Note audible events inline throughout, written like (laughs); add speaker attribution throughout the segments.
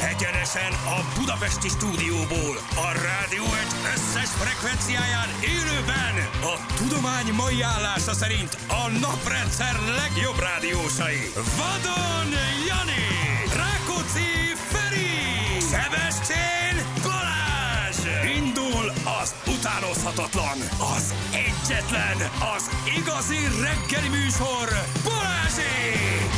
Speaker 1: Egyenesen a Budapesti stúdióból, a rádió egy összes frekvenciáján élőben, a tudomány mai állása szerint a naprendszer legjobb rádiósai. Vadon Jani, Rákóczi Feri, Sebestyén Balázs! Indul az utánozhatatlan, az egyetlen, az igazi reggeli műsor, Balázsék!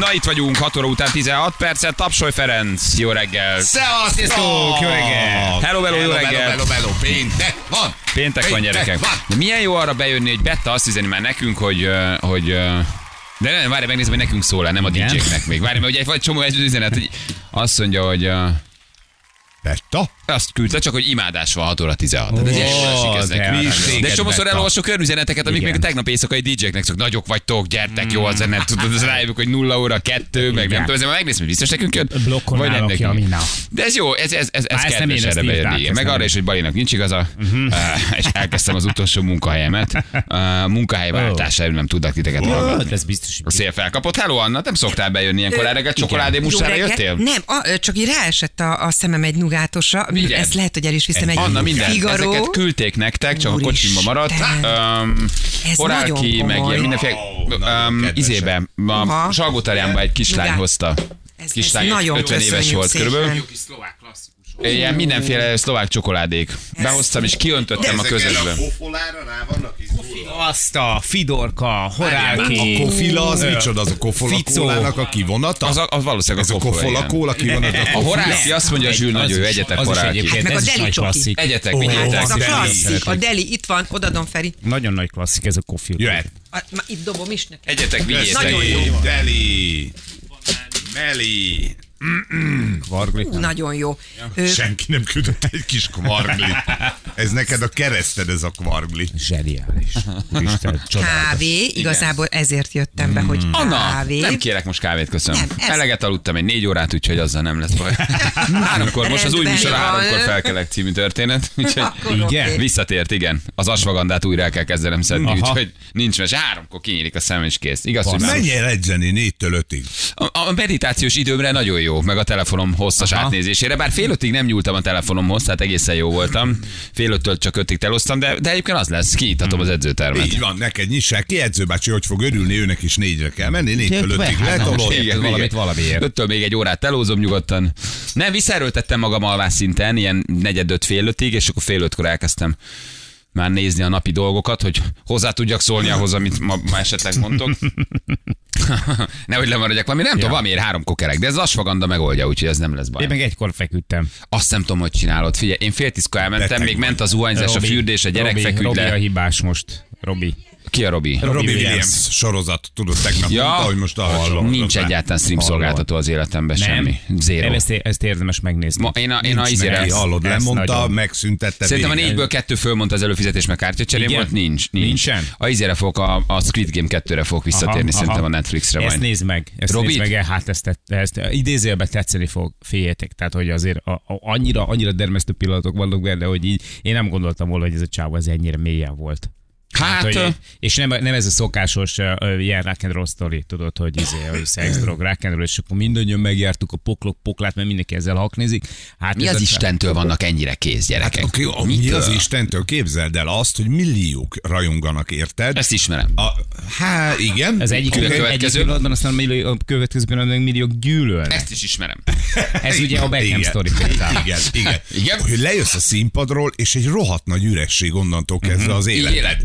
Speaker 2: Na itt vagyunk, 6 óra után 16 percet, tapsolj Ferenc, jó reggel.
Speaker 3: Szevasztok! Jó reggel!
Speaker 2: Hello, hello, jó reggel.
Speaker 3: Hello, hello, péntek van!
Speaker 2: Péntek van gyerekek.
Speaker 3: van.
Speaker 2: De milyen jó arra bejönni, hogy Betta azt üzeni már nekünk, hogy, ö, hogy ö, de nem, várj, megnézem, hogy nekünk szól nem a
Speaker 4: Igen.
Speaker 2: DJ-knek még. Várj, mert ugye egy csomó egy üzenet, hogy azt mondja, hogy ö,
Speaker 3: Betta?
Speaker 2: azt küldte, csak hogy imádás van 6 óra 16. Hát ez ilyen jól esik ez
Speaker 4: de
Speaker 2: nekünk.
Speaker 4: aranyos.
Speaker 2: De
Speaker 3: Téged,
Speaker 2: sokszor
Speaker 3: Betta.
Speaker 2: elolvasok olyan üzeneteket, amik
Speaker 4: Igen.
Speaker 2: még a tegnap éjszakai DJ-knek szok, nagyok vagytok, gyertek, jó az zene, tudod, az rájövök, hogy 0 óra, 2, meg nem
Speaker 4: Igen.
Speaker 2: tudom, ezzel már megnézem, hogy biztos nekünk jön.
Speaker 4: Blokkon
Speaker 2: vagy nem
Speaker 4: állok ki,
Speaker 2: nekünk.
Speaker 4: ami na.
Speaker 2: De ez jó, ez, ez, ez, ez
Speaker 4: Á, ezt nem
Speaker 2: kedves
Speaker 4: én, ezt
Speaker 2: erre
Speaker 4: így
Speaker 2: bejönni.
Speaker 4: rák,
Speaker 2: Igen,
Speaker 4: ezt
Speaker 2: Meg
Speaker 4: nem
Speaker 2: arra
Speaker 4: én. Mhm.
Speaker 2: is, hogy Balinak nincs igaza, eh, és elkezdtem az utolsó munkahelyemet. Eh, Munkahelyváltásra nem tudnak titeket hallgatni.
Speaker 4: Ez biztos.
Speaker 2: A szél felkapott. Hello, Anna, nem szoktál bejönni ilyenkor erre, csokoládé muszára
Speaker 5: Jó
Speaker 2: jöttél?
Speaker 5: reggelt. Nem, a, ö, csak így ráesett a, a szemem egy nugátosra. Hm,
Speaker 2: Igen.
Speaker 5: Ezt lehet, hogy el is viszem egy
Speaker 2: Anna, minden.
Speaker 5: Figaro.
Speaker 2: Ezeket küldték nektek, csak a
Speaker 5: Úristen.
Speaker 2: kocsimba maradt. Um,
Speaker 5: Ez
Speaker 2: Orálki,
Speaker 5: nagyon
Speaker 2: meg
Speaker 5: komoly.
Speaker 2: ilyen mindenféle.
Speaker 3: Ó, nagyon
Speaker 2: Um,
Speaker 3: kedvesek.
Speaker 2: izébe, a
Speaker 5: Uha.
Speaker 2: Salgótarjánba egy kislány
Speaker 5: Ugye?
Speaker 2: hozta.
Speaker 5: Ez- ez
Speaker 2: Kislány
Speaker 5: nagyon
Speaker 2: 50 éves
Speaker 5: köszönjük
Speaker 2: volt
Speaker 5: szépen.
Speaker 2: körülbelül. Ilyen mindenféle szlovák csokoládék. Behoztam és kiöntöttem a közösbe.
Speaker 6: pofolára rá vannak izgulva?
Speaker 4: Azt a Fidorka,
Speaker 3: A
Speaker 4: Horálki.
Speaker 3: kofila az
Speaker 4: Ö,
Speaker 3: micsoda? Az a kofola
Speaker 4: Ficó.
Speaker 3: kólának a kivonata?
Speaker 2: Az, a, az valószínűleg
Speaker 3: Ez
Speaker 2: a
Speaker 3: a
Speaker 2: kofola.
Speaker 3: kofola
Speaker 2: igen.
Speaker 3: kóla kivonata?
Speaker 2: A
Speaker 3: kofola?
Speaker 2: Horálki azt mondja, Zsűl
Speaker 4: Az
Speaker 2: nagy,
Speaker 4: is-
Speaker 2: ő egyetek
Speaker 4: az is
Speaker 2: Horálki.
Speaker 4: egyébként,
Speaker 5: meg
Speaker 4: ez
Speaker 5: Hát a
Speaker 4: is
Speaker 5: Deli
Speaker 4: nagy
Speaker 5: csoki.
Speaker 4: klasszik.
Speaker 2: Egyetek,
Speaker 4: Ó,
Speaker 5: Hát
Speaker 2: vigyétek.
Speaker 5: ez a
Speaker 3: Deli.
Speaker 5: klasszik,
Speaker 4: Szeretek.
Speaker 5: a deli, itt van, odadom Feri.
Speaker 4: Nagyon nagy klasszik ez a kofi.
Speaker 3: Jöhet.
Speaker 5: A, ma itt dobom is neki.
Speaker 2: Egyetek, vigyétek.
Speaker 5: Nagyon jó.
Speaker 3: Deli. Meli.
Speaker 4: Varglit.
Speaker 5: Ú, nagyon jó. Ö,
Speaker 3: Senki nem küldött egy kis kvarglit. Ez neked a kereszted, ez a kvargli.
Speaker 4: Zseniális. Úristen, csodálatos.
Speaker 5: kávé, igazából ezért jöttem be, hogy
Speaker 2: Mm. Anna,
Speaker 5: kávé.
Speaker 2: nem kérek most kávét, köszönöm.
Speaker 5: Nem, ez-
Speaker 2: Eleget aludtam egy négy órát, úgyhogy azzal nem lesz
Speaker 5: (laughs)
Speaker 2: baj. Háromkor, most az új
Speaker 5: Rendben
Speaker 2: műsor a
Speaker 5: van.
Speaker 2: háromkor felkelek című
Speaker 5: (laughs)
Speaker 2: történet, úgyhogy
Speaker 5: Akkor oké.
Speaker 4: Igen.
Speaker 2: visszatért, igen. Az asvagandát újra el kell kezdenem szedni,
Speaker 4: Aha.
Speaker 2: úgyhogy nincs mes. Háromkor kinyílik a szemem és kész. Igaz, hogy már
Speaker 3: Menj el edzeni négytől ötig.
Speaker 2: a, a meditációs időmre nagyon jó, meg a telefonom hosszas Aha. átnézésére, bár fél ötig nem nyúltam a telefonomhoz, tehát egészen jó voltam. Fél öttől csak ötig teloztam, de, de egyébként az lesz, kiítatom
Speaker 4: Hmm.
Speaker 2: az edzőtermet.
Speaker 3: Így van, neked nyissák ki, edzőbácsi, hogy fog örülni, őnek is négyre kell menni, négytől
Speaker 4: Jött be,
Speaker 3: ötig
Speaker 4: hát na
Speaker 3: letolod.
Speaker 4: most
Speaker 2: Igen,
Speaker 4: valamit
Speaker 2: igen.
Speaker 4: valamiért.
Speaker 2: Öttől még egy órát elózom nyugodtan. Nem, visszaerőltettem magam alvás szinten, ilyen negyed öt fél ötig, és akkor fél ötkor elkezdtem már nézni a napi dolgokat, hogy hozzá tudjak szólni ahhoz, amit ma, ma esetleg mondok. (laughs) Nehogy lemaradjak valami, nem ja. tudom, valamiért három kokerek, de ez asfaganda megoldja, úgyhogy ez nem lesz baj.
Speaker 4: Én meg egykor feküdtem.
Speaker 2: Azt nem tudom, hogy csinálod. Figyelj, én fél tízkor elmentem,
Speaker 3: Beteg
Speaker 2: még
Speaker 3: vagy.
Speaker 2: ment az zuhanyzás, a
Speaker 4: Robi,
Speaker 2: fürdés, a gyerek
Speaker 4: Robi,
Speaker 2: feküdt
Speaker 4: Robi a
Speaker 2: le.
Speaker 4: hibás most. Robi.
Speaker 2: Ki a Robi?
Speaker 3: Robbie Williams
Speaker 4: Williams.
Speaker 3: sorozat, tudod, tegnap
Speaker 2: Ja.
Speaker 3: ja. mondta, hogy most arra csalódott
Speaker 2: Nincs
Speaker 3: rá.
Speaker 2: egyáltalán stream szolgáltató az életemben, semmi.
Speaker 4: Nem,
Speaker 2: Zéro.
Speaker 4: ezt, ezt érdemes megnézni.
Speaker 2: Ma én a, én a
Speaker 4: Nincs
Speaker 2: izére
Speaker 3: Neki,
Speaker 4: meg.
Speaker 3: hallod,
Speaker 4: Ez
Speaker 3: lemondta,
Speaker 4: nagyon.
Speaker 3: megszüntette.
Speaker 2: Szerintem a
Speaker 3: vége.
Speaker 2: négyből kettő fölmondta az előfizetés, meg kártyacserém
Speaker 4: Igen?
Speaker 2: volt, nincs. nincs.
Speaker 4: Nincsen?
Speaker 2: A izére fogok, a, a Squid Game 2-re fogok visszatérni, aha,
Speaker 4: aha.
Speaker 2: szerintem a Netflixre
Speaker 4: Ezt
Speaker 2: majd.
Speaker 4: nézd meg,
Speaker 2: Robit?
Speaker 4: ezt Robit? nézd meg, hát ezt, ezt, ezt idézélbe tetszeni fog, féljetek. Tehát, hogy azért a, a, annyira, annyira dermesztő pillanatok vannak benne, hogy így én nem gondoltam volna, hogy ez a csávó ez ennyire mélyen volt.
Speaker 2: Hát,
Speaker 4: hogy,
Speaker 2: ö,
Speaker 4: és nem, nem ez a szokásos ö, ö, ilyen rock and roll sztori, tudod, hogy izé, hogy szex, drog, rock and roll, és akkor mindannyian megjártuk a poklok, poklát, mert mindenki ezzel haknézik. Hát
Speaker 2: mi
Speaker 4: ez
Speaker 2: az
Speaker 4: a-
Speaker 2: Istentől vannak ennyire kész
Speaker 3: Hát,
Speaker 2: gyerekek?
Speaker 3: aki, a, mi
Speaker 2: Mitől?
Speaker 3: az Istentől képzeld el azt, hogy milliók rajonganak, érted?
Speaker 2: Ezt ismerem.
Speaker 3: A, há, igen.
Speaker 4: Ez egyik,
Speaker 2: Oké,
Speaker 4: okay, egyik
Speaker 2: következő.
Speaker 4: pillanatban, aztán a millió, a következő pillanatban meg milliók
Speaker 3: (laughs)
Speaker 4: gyűlölnek.
Speaker 2: Ezt is ismerem.
Speaker 4: Ez ugye a Beckham
Speaker 3: Igen.
Speaker 4: sztori például.
Speaker 3: Igen, igen.
Speaker 2: Igen?
Speaker 3: Hogy lejössz a színpadról, és egy rohadt nagy üresség onnantól kezdve az
Speaker 2: Így
Speaker 3: életed.
Speaker 2: éled.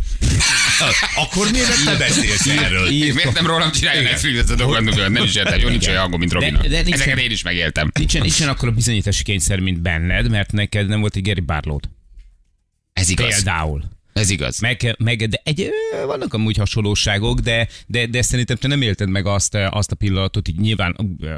Speaker 3: Akkor miért nem beszélsz erről?
Speaker 2: Én Miért nem rólam csinálja
Speaker 3: Igen.
Speaker 2: Netflixet a dolgokat, nem is értem, jó nincs olyan hangom, mint Robinak.
Speaker 4: de nincs-
Speaker 2: Ezeket én is megéltem.
Speaker 4: Nincsen, nincsen akkor a bizonyítási kényszer, mint benned, mert neked nem volt egy Gary Barlód.
Speaker 2: Ez igaz.
Speaker 4: Például.
Speaker 2: Ez igaz.
Speaker 4: Meg, meg, de egy, ö, vannak amúgy hasonlóságok, de, de, de szerintem te nem élted meg azt, ö, azt a pillanatot, így nyilván ö, ö,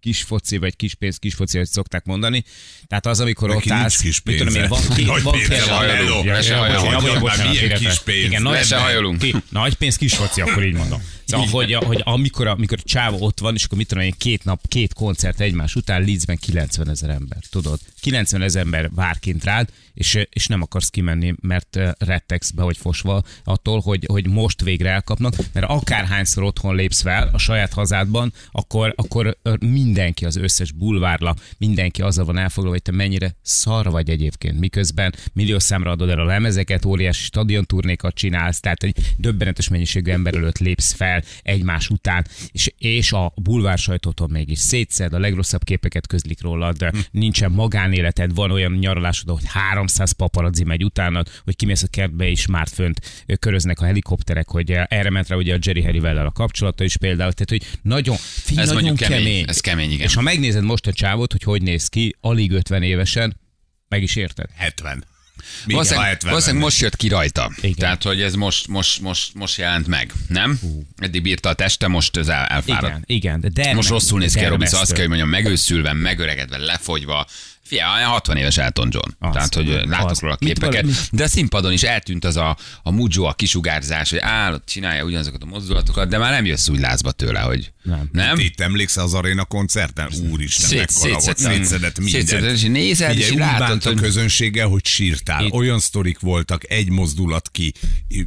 Speaker 4: kis foci, vagy kis pénz, kis foci, hogy szokták mondani. Tehát az, amikor
Speaker 3: Neki
Speaker 4: ott
Speaker 3: nincs
Speaker 4: állsz,
Speaker 3: kis
Speaker 4: mit tudom én,
Speaker 3: pénze.
Speaker 4: van két,
Speaker 3: Nagy
Speaker 4: van
Speaker 3: pénze
Speaker 4: két
Speaker 3: van, hello.
Speaker 4: Ja,
Speaker 2: Ne se
Speaker 4: ja,
Speaker 2: hajolunk.
Speaker 4: bocsánat,
Speaker 3: Már
Speaker 4: bocsánat,
Speaker 3: milyen
Speaker 4: félretettem.
Speaker 3: kis pénz?
Speaker 4: Igen, nagy,
Speaker 3: Ne
Speaker 2: se hajolunk.
Speaker 4: Ki, nagy pénz kis foci, akkor így mondom. Szóval, hogy, hogy amikor, a, amikor a csávó ott van, és akkor mit tudom én, két nap, két koncert egymás után, Leedsben 90 ezer ember, tudod? 90 ezer ember vár kint rád, és, és nem akarsz kimenni, mert eh, rettegsz be, hogy fosva attól, hogy, hogy most végre elkapnak, mert akárhányszor otthon lépsz fel a saját hazádban, akkor, akkor mindenki, az összes bulvárla, mindenki azzal van elfoglalva, hogy te mennyire szar vagy egyébként, miközben millió számra adod el a lemezeket, óriási stadionturnékat csinálsz, tehát egy döbbenetes mennyiségű ember előtt lépsz fel egymás után, és, és a bulvár sajtótól mégis szétszed, a legrosszabb képeket közlik rólad,
Speaker 2: Hm.
Speaker 4: de nincsen magánéleted, van olyan nyaralásod, hogy 300 paparazzi megy utánad, hogy kimész a kertbe és már fönt ö, köröznek a helikopterek, hogy eh, erre ment rá ugye a Jerry Harryvel a kapcsolata is például, tehát hogy nagyon, fi,
Speaker 2: Ez
Speaker 4: nagyon
Speaker 2: mondjuk
Speaker 4: kemény.
Speaker 2: kemény. Ez kemény, igen.
Speaker 4: És ha megnézed most a csávot, hogy hogy néz ki, alig 50 évesen, meg is érted.
Speaker 3: 70. Még ha
Speaker 2: Valószínűleg,
Speaker 3: 70
Speaker 2: valószínűleg
Speaker 3: lenne.
Speaker 2: most jött ki rajta.
Speaker 4: Igen.
Speaker 2: Igen. Tehát, hogy ez most, most, most, most jelent meg, nem? Eddig bírta a teste, most ez el, elfáradt.
Speaker 4: Igen, igen, de dermed,
Speaker 2: Most rosszul néz ki a Robi, szóval azt kell,
Speaker 4: dermesztő.
Speaker 2: hogy mondjam, megőszülve, megöregedve, lefogyva. Fia, olyan 60 éves Elton John.
Speaker 4: Az.
Speaker 2: Az, Tehát, hogy ö,
Speaker 4: Az.
Speaker 2: látok róla
Speaker 4: Mit
Speaker 2: képeket.
Speaker 4: valami-
Speaker 2: De a színpadon is eltűnt az a, a mudzsó, a kisugárzás, hogy áll, ott csinálja ugyanazokat a mozdulatokat, de már nem jössz úgy lázba tőle, hogy
Speaker 4: Nem.
Speaker 2: nem?
Speaker 3: Itt emlékszel az aréna koncerten? Úristen,
Speaker 2: Szét-
Speaker 3: mekkora volt.
Speaker 2: szétszedtem.
Speaker 3: Szétszedett mindent.
Speaker 2: Szétszedett, és nézel,
Speaker 3: Figyelj,
Speaker 2: és
Speaker 3: úgy
Speaker 2: látod,
Speaker 3: bánt a
Speaker 2: hogy-
Speaker 3: közönséggel, hogy sírtál. Olyan sztorik voltak, egy mozdulat ki,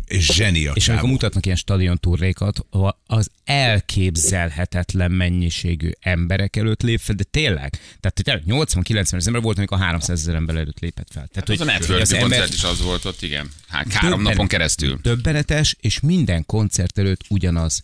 Speaker 3: és zseni a
Speaker 4: És amikor
Speaker 3: csávó.
Speaker 4: mutatnak ilyen stadionturnékat, ahol az elképzelhetetlen mennyiségű emberek előtt lép fel, de tényleg, tehát hogy tényleg 80-90 ezer ember volt, amikor 300 ezer ember előtt lépett fel.
Speaker 2: Hát
Speaker 4: Tehát,
Speaker 2: Az a Network koncert is az volt ott, igen. Hát három
Speaker 4: Döbben-
Speaker 2: napon keresztül.
Speaker 4: Döbbenetes, és minden koncert előtt ugyanaz.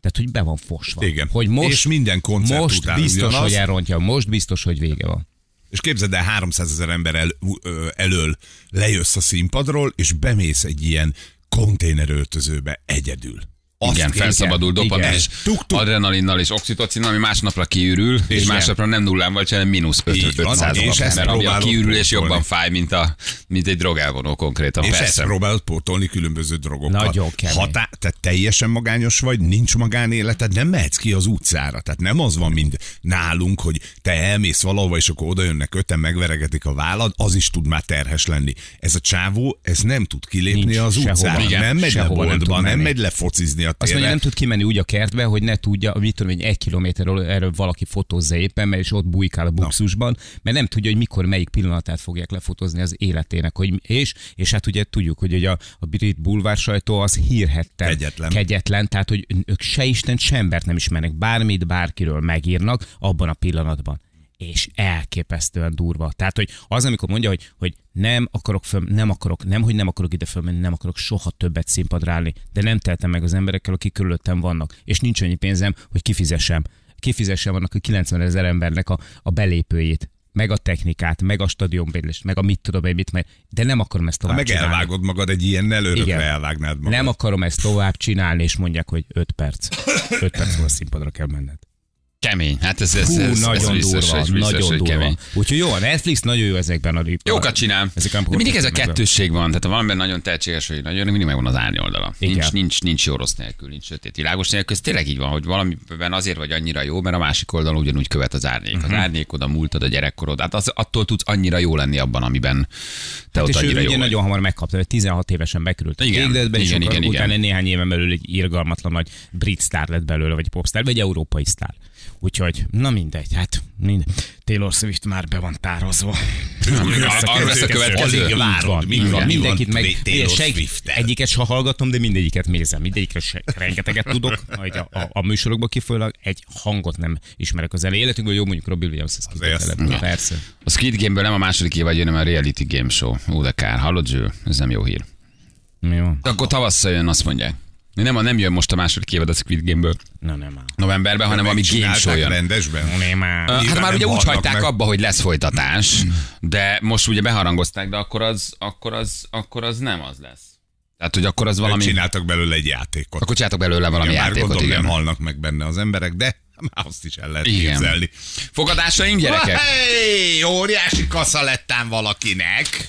Speaker 4: Tehát, hogy be van fosva.
Speaker 3: Igen.
Speaker 4: Hogy most,
Speaker 3: És minden koncert
Speaker 4: most
Speaker 3: után
Speaker 4: biztos,
Speaker 3: ugyanaz.
Speaker 4: hogy elrontja, most biztos, hogy vége van.
Speaker 3: És képzeld el, 300 ezer ember el, ö, elől lejössz a színpadról, és bemész egy ilyen konténeröltözőbe egyedül. Azt
Speaker 2: Igen,
Speaker 3: képzeld-
Speaker 2: felszabadul
Speaker 4: igen.
Speaker 2: dopaminás,
Speaker 3: Tuk-tuk.
Speaker 2: adrenalinnal és oxitocinnal, ami másnapra kiürül, és,
Speaker 3: Igen.
Speaker 2: másnapra nem nullán vagy, hanem mínusz
Speaker 3: Így van,
Speaker 2: 5
Speaker 3: és ezt
Speaker 2: mert ami a
Speaker 3: próbálod
Speaker 2: kiürülés
Speaker 3: pótolni.
Speaker 2: jobban fáj, mint, a, mint egy drogávonó konkrétan.
Speaker 3: És
Speaker 2: persze.
Speaker 3: ezt próbálod pótolni különböző drogokkal.
Speaker 4: Nagyon kemény.
Speaker 3: Hatá- tehát teljesen magányos vagy, nincs magánéleted, nem mehetsz ki az utcára. Tehát nem az van, mint nálunk, hogy te elmész valahova, és akkor oda jönnek öten, megveregetik a vállad, az is tud már terhes lenni. Ez a csávó, ez nem tud kilépni
Speaker 4: Nincs
Speaker 3: az
Speaker 4: sehova.
Speaker 3: utcára.
Speaker 4: Igen,
Speaker 3: nem megy le
Speaker 4: sehova nem tud
Speaker 3: boltba, nem,
Speaker 4: menni.
Speaker 3: megy le focizni a
Speaker 4: Azt
Speaker 3: térre.
Speaker 4: mondja, nem tud kimenni úgy a kertbe, hogy ne tudja, mit tudom, hogy egy kilométerről erről valaki fotózza éppen, mert és ott bujkál a buxusban, mert nem tudja, hogy mikor, melyik pillanatát fogják lefotózni az életének. Hogy, és, és hát ugye tudjuk, hogy ugye a, a brit bulvár sajtó az hírhetten.
Speaker 3: Kegyetlen.
Speaker 4: Kegyetlen, tehát hogy ők se Isten, se embert nem ismernek. Bármit, bárkiről megírnak abban a pillanatban. És elképesztően durva. Tehát, hogy az, amikor mondja, hogy, hogy nem akarok föl, nem akarok, nem, hogy nem akarok ide fölmenni, nem akarok soha többet színpadra állni, de nem teltem meg az emberekkel, akik körülöttem vannak, és nincs annyi pénzem, hogy kifizessem. Kifizessem annak a 90 ezer embernek a, a belépőjét, meg a technikát, meg a stadionbérlést, meg a mit tudom én, mit meg, de nem akarom ezt tovább
Speaker 3: Hát meg
Speaker 4: csinálni.
Speaker 3: elvágod magad egy ilyennel, örökre
Speaker 4: Igen.
Speaker 3: elvágnád magad.
Speaker 4: Nem akarom ezt tovább csinálni, és mondják, hogy 5 perc. 5 perc múlva színpadra kell menned.
Speaker 2: Kemény. Hát ez, ez,
Speaker 4: Hú,
Speaker 2: ez, ez
Speaker 4: nagyon
Speaker 2: biztos,
Speaker 4: durva,
Speaker 2: hogy biztos,
Speaker 4: nagyon
Speaker 2: hogy
Speaker 4: durva.
Speaker 2: kemény.
Speaker 4: Úgyhogy jó, a Netflix nagyon jó ezekben a rip-
Speaker 2: Jókat csinál.
Speaker 4: Ezek a
Speaker 2: De mindig ez a
Speaker 4: programokban.
Speaker 2: kettősség van. Tehát ha valamiben nagyon tehetséges vagy nagyon, mindig megvan az árnyoldala.
Speaker 4: Igen.
Speaker 2: Nincs, nincs, nincs jó rossz nélkül, nincs sötét világos nélkül. Ez tényleg így van, hogy valamiben azért vagy annyira jó, mert a másik oldalon ugyanúgy követ az árnyék.
Speaker 4: Mhm.
Speaker 2: Az árnyékod, a múltad, a gyerekkorod. Hát az, attól tudsz annyira jó lenni abban, amiben te ott
Speaker 4: Hát és ő
Speaker 2: annyira jó
Speaker 4: ugye
Speaker 2: vagy.
Speaker 4: nagyon hamar megkapta, hogy 16 évesen bekerült a
Speaker 2: Igen,
Speaker 4: végletbe, és
Speaker 2: igen,
Speaker 4: akkor
Speaker 2: igen, igen.
Speaker 4: utána néhány éven belül egy irgalmatlan nagy brit sztár lett belőle, vagy popsztár, vagy európai sztár. Úgyhogy, na mindegy, hát mind. Taylor Swift már be van tározva. Hát
Speaker 2: Arról lesz a következő.
Speaker 3: Alig
Speaker 4: Így van,
Speaker 3: várod,
Speaker 4: így van, mindenkit meg.
Speaker 3: Taylor
Speaker 4: Ugye, seg-
Speaker 3: Swift-tel.
Speaker 4: Egyiket se hallgatom, de mindegyiket nézem. Mindegyikre se, rengeteget tudok. Majd a, a, a műsorokban kifolyólag egy hangot nem ismerek az elejéletünkből. Jó, mondjuk Robbie Williams, ezt kitelepül,
Speaker 2: azt-
Speaker 4: persze.
Speaker 2: A Squid Game-ből nem a második évad jön, hanem a reality game show. Ó, de kár. Hallod, Zsül? Ez nem jó hír.
Speaker 4: Mi van?
Speaker 2: De Akkor tavasszal jön, azt mondják. Nem, nem jön most a második évad a Squid Game-ből
Speaker 4: Na nem áll.
Speaker 2: novemberben, hanem ami game
Speaker 3: Megcsinálták
Speaker 2: show jön.
Speaker 3: Rendesben?
Speaker 4: Nem áll.
Speaker 2: Hát
Speaker 3: Nyilván
Speaker 2: már
Speaker 3: nem
Speaker 2: ugye úgy
Speaker 3: hallnak
Speaker 2: hagyták
Speaker 3: meg. Mm.
Speaker 2: abba, hogy lesz folytatás, de most ugye beharangozták, de akkor az, akkor az, akkor az nem az lesz. Tehát, hogy akkor az
Speaker 3: Valami...
Speaker 2: valami...
Speaker 3: Csináltak belőle egy játékot.
Speaker 2: Akkor csináltak belőle valami
Speaker 3: Ja,
Speaker 2: ja,
Speaker 3: már
Speaker 2: játékot,
Speaker 3: gondolom, nem
Speaker 2: igen.
Speaker 3: halnak meg benne az emberek, de már azt is el lehet
Speaker 2: Igen.
Speaker 3: képzelni.
Speaker 2: Fogadásaink, gyerekek?
Speaker 3: Hey, óriási kasza lettem valakinek.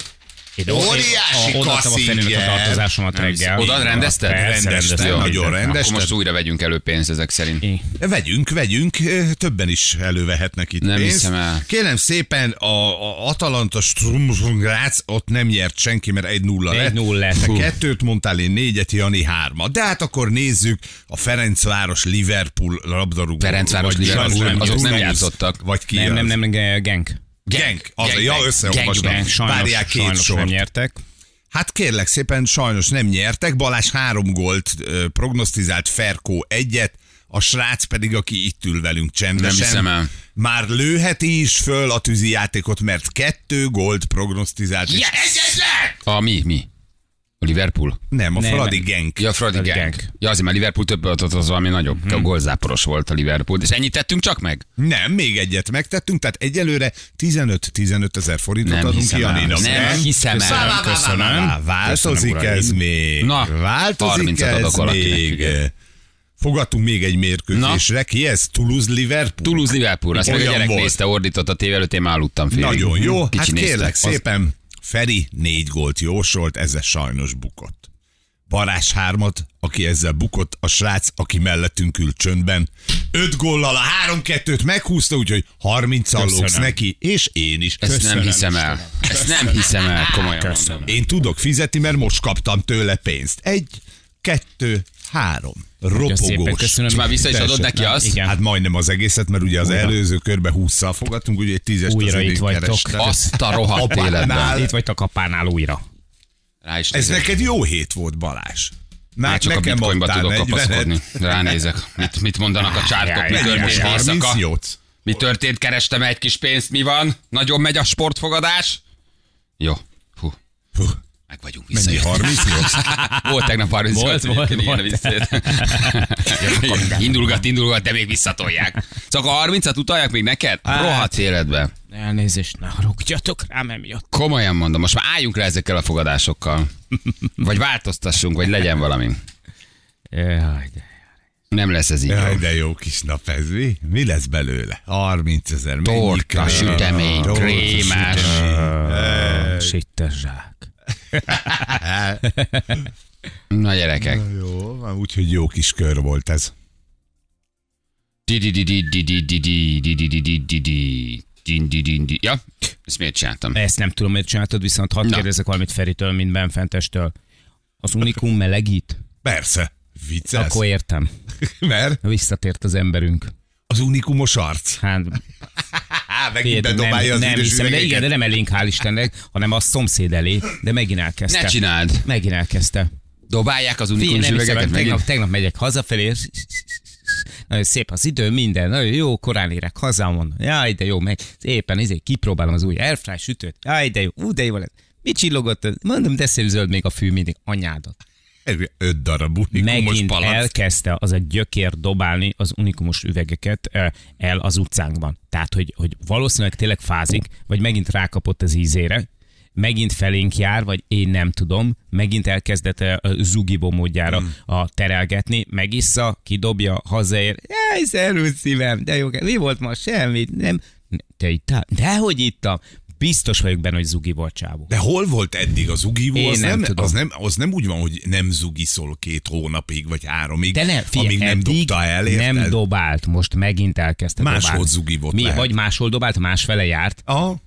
Speaker 4: Én
Speaker 6: Óriási
Speaker 4: oda- odaadtam a
Speaker 6: kaszingje.
Speaker 4: Fenének a tartozásomat reggel.
Speaker 2: Oda rendezted?
Speaker 4: Persze,
Speaker 3: Rendeztem,
Speaker 4: rendeztem.
Speaker 3: nagyon
Speaker 2: Akkor
Speaker 3: rendeztem.
Speaker 2: most újra vegyünk elő pénzt ezek szerint.
Speaker 3: Vegyünk, vegyünk, többen is elővehetnek itt
Speaker 2: Nem
Speaker 3: pénzt.
Speaker 2: hiszem el.
Speaker 3: Kérem szépen, a, a Atalanta Strumgrác ott nem nyert senki, mert 1-0 lett.
Speaker 4: 1-0 lett.
Speaker 3: Te
Speaker 4: Fú.
Speaker 3: kettőt mondtál, én négyet, Jani hárma. De hát akkor nézzük a Ferencváros Liverpool labdarúgó.
Speaker 2: Ferencváros,
Speaker 3: Vagy
Speaker 2: Liverpool,
Speaker 3: sajnos nem
Speaker 2: azok nem
Speaker 3: Toulouse,
Speaker 2: játszottak.
Speaker 3: Vagy ki
Speaker 4: Nem,
Speaker 3: az?
Speaker 4: nem, nem, nem, genk.
Speaker 3: Genk, az
Speaker 2: Genk,
Speaker 3: a ja,
Speaker 2: Genk,
Speaker 3: összeolvastam.
Speaker 4: Genk, sajnos,
Speaker 3: Várják két
Speaker 4: sajnos nem
Speaker 3: sort.
Speaker 4: nyertek.
Speaker 3: Hát kérlek szépen, sajnos nem nyertek. Balázs három gólt ö, prognosztizált, Ferkó egyet, a srác pedig, aki itt ül velünk
Speaker 2: Nem
Speaker 3: csendesen,
Speaker 2: hiszem el.
Speaker 3: már lőheti is föl a tűzi játékot, mert kettő gólt prognosztizált. és-
Speaker 2: A mi, mi? A Liverpool?
Speaker 3: Nem, a
Speaker 4: Nem.
Speaker 3: Fradi Genk. Mhm.
Speaker 2: Ja, Fradi
Speaker 4: Fradi
Speaker 2: Genk.
Speaker 4: Genk.
Speaker 2: Ja, azért már Liverpool többet adott, az valami nagyobb. Hmm. Golzáporos volt a Liverpool. És ennyit tettünk csak meg?
Speaker 3: Nem, még egyet megtettünk, tehát egyelőre 15-15 ezer forintot
Speaker 2: Nem
Speaker 3: adunk
Speaker 2: hiszem
Speaker 3: ki
Speaker 2: el.
Speaker 3: Janinak.
Speaker 2: Nem hiszem el.
Speaker 3: Köszönöm, köszönöm. Változik
Speaker 4: Köszönöm,
Speaker 3: ez még.
Speaker 2: Na,
Speaker 3: Változik
Speaker 2: 30-at
Speaker 3: ez
Speaker 2: adok valakinek,
Speaker 3: még.
Speaker 2: figyelj.
Speaker 3: Fogadtunk még egy mérkőzésre. Ki ez? Toulouse-Liverpool?
Speaker 2: Toulouse Liverpool, azt meg a
Speaker 3: Olyan
Speaker 2: gyerek
Speaker 3: volt.
Speaker 2: nézte, ordított a tévé előtt, én már aludtam félig.
Speaker 3: Nagyon jó.
Speaker 2: Kicsi
Speaker 3: hát
Speaker 2: nézte.
Speaker 3: kérlek
Speaker 2: Az-
Speaker 3: szépen, Feri négy gólt jósolt, ezzel sajnos bukott. Barás hármat, aki ezzel bukott, a srác, aki mellettünk ül csöndben. Öt góllal a három-kettőt meghúzta, úgyhogy 30 allóksz
Speaker 4: Köszönöm.
Speaker 3: neki, és én is.
Speaker 2: Ezt nem hiszem el. Ezt nem hiszem el, komolyan
Speaker 4: Köszönöm.
Speaker 2: mondom.
Speaker 3: Én tudok fizetni, mert most kaptam tőle pénzt. Egy, kettő, három.
Speaker 4: szépen
Speaker 3: Ropogós.
Speaker 4: köszönöm.
Speaker 2: És már vissza is
Speaker 4: Tessék,
Speaker 2: adod neki
Speaker 4: nem,
Speaker 2: azt?
Speaker 4: Igen.
Speaker 3: Hát majdnem az egészet, mert ugye az
Speaker 4: Újra.
Speaker 3: előző körbe 20-szal fogadtunk, ugye egy tízes
Speaker 4: Újra itt vagytok.
Speaker 2: Azt a rohadt életben.
Speaker 3: Apánál.
Speaker 4: Itt vagytok apánál újra.
Speaker 2: Rá is
Speaker 3: Ez
Speaker 2: nézek.
Speaker 3: neked jó hét volt, Balázs. Na,
Speaker 2: Már
Speaker 3: hát
Speaker 2: csak a
Speaker 3: nekem
Speaker 2: bitcoinba
Speaker 3: adtál
Speaker 2: tudok
Speaker 3: 40-et.
Speaker 2: kapaszkodni. Ránézek, mit, mit mondanak a csártok, mi
Speaker 4: Jaj, jaj,
Speaker 2: történt
Speaker 4: jaj,
Speaker 2: éjszaka.
Speaker 3: 38.
Speaker 2: Mi történt, kerestem egy kis pénzt, mi van? Nagyon megy a sportfogadás? Jó. Hú.
Speaker 3: Hú,
Speaker 2: Meg vagyunk
Speaker 3: Mennyi
Speaker 2: visszajött.
Speaker 3: 38?
Speaker 2: Volt tegnap 38.
Speaker 4: Volt, volt,
Speaker 2: Igen,
Speaker 4: volt.
Speaker 2: visszajött. Igen, Indulgat, indulgat, de még visszatolják. Szóval a 30-at utalják még neked?
Speaker 4: Hát.
Speaker 2: Rohadt életbe.
Speaker 4: Elnézést, ne haragudjatok rám emiatt.
Speaker 2: Komolyan mondom, most már álljunk le ezekkel a fogadásokkal. Vagy változtassunk, vagy legyen valami.
Speaker 4: Jaj, de.
Speaker 2: Nem lesz ez így.
Speaker 3: Jaj, de jó kis nap ez, mi? Mi lesz belőle? 30 ezer. mennyi
Speaker 2: Torta,
Speaker 3: krém?
Speaker 2: sütemény,
Speaker 3: Torta,
Speaker 2: krémás.
Speaker 3: sütemény.
Speaker 4: Sittezsák.
Speaker 2: Na gyerekek.
Speaker 3: Na Jó, van, úgyhogy jó kis kör volt ez.
Speaker 2: Di-di-di-di-di-di-di-di-di-di-di-di-di-di-di-di-di. Ja, ezt miért csináltam?
Speaker 4: Ezt nem tudom, miért csináltad, viszont hadd
Speaker 2: Na.
Speaker 4: kérdezek valamit Feritől, mint Benfentestől. Az unikum melegít?
Speaker 3: Persze. Viccelsz?
Speaker 4: Akkor értem.
Speaker 3: (laughs) Mert
Speaker 4: Visszatért az emberünk.
Speaker 3: az unikumos arc.
Speaker 4: Hát
Speaker 3: Á, megint
Speaker 4: Például
Speaker 3: bedobálja
Speaker 4: nem,
Speaker 3: az
Speaker 4: nem
Speaker 3: üres
Speaker 4: hiszem, de
Speaker 3: üvegeket.
Speaker 4: igen, de nem elénk, hál' Istennek, hanem a szomszéd elé, de megint elkezdte.
Speaker 2: Ne csináld!
Speaker 4: Megint elkezdte.
Speaker 2: Dobálják az
Speaker 4: Figyelj,
Speaker 2: unikus
Speaker 4: nem hiszem,
Speaker 2: üvegeket
Speaker 4: el, tegnap,
Speaker 2: megint.
Speaker 4: tegnap megyek hazafelé, és nagyon szép az idő, minden, nagyon jó, korán érek haza, mondom, jaj, de jó, meg éppen izé, kipróbálom az új airfry sütőt, jaj, de jó, ú, de jó lesz. Mi csillogott? ez? Mondom, de szép zöld még a fű mindig, anyádat.
Speaker 3: Ez Öt darab unikumos
Speaker 4: Megint
Speaker 3: palac.
Speaker 4: elkezdte az a gyökér dobálni az unikumos üvegeket eh, el az utcánkban. Tehát, hogy, hogy valószínűleg tényleg fázik, vagy megint rákapott az ízére, megint felénk jár, vagy én nem tudom, megint elkezdett eh, a zugibó módjára mm. a terelgetni, megissza, kidobja, hazaér, jaj, szervusz szívem, de jó, mi volt ma, semmit, nem, te ittál? Dehogy ittam, biztos vagyok benne, hogy zugi volt csávó.
Speaker 3: De hol volt eddig az
Speaker 4: Én
Speaker 3: ugivó? Az
Speaker 4: nem
Speaker 3: nem,
Speaker 4: tudom.
Speaker 3: Az, nem, az nem úgy van, hogy nem zugiszol két hónapig, vagy háromig,
Speaker 4: De nem, figyelj,
Speaker 3: amíg nem
Speaker 4: eddig
Speaker 3: dugta el, érted?
Speaker 4: nem dobált, most megint elkezdte
Speaker 3: Máshol
Speaker 4: dobálni.
Speaker 3: zugivott
Speaker 4: Mi,
Speaker 3: lehet.
Speaker 4: Vagy máshol dobált, másfele járt.
Speaker 3: Aha.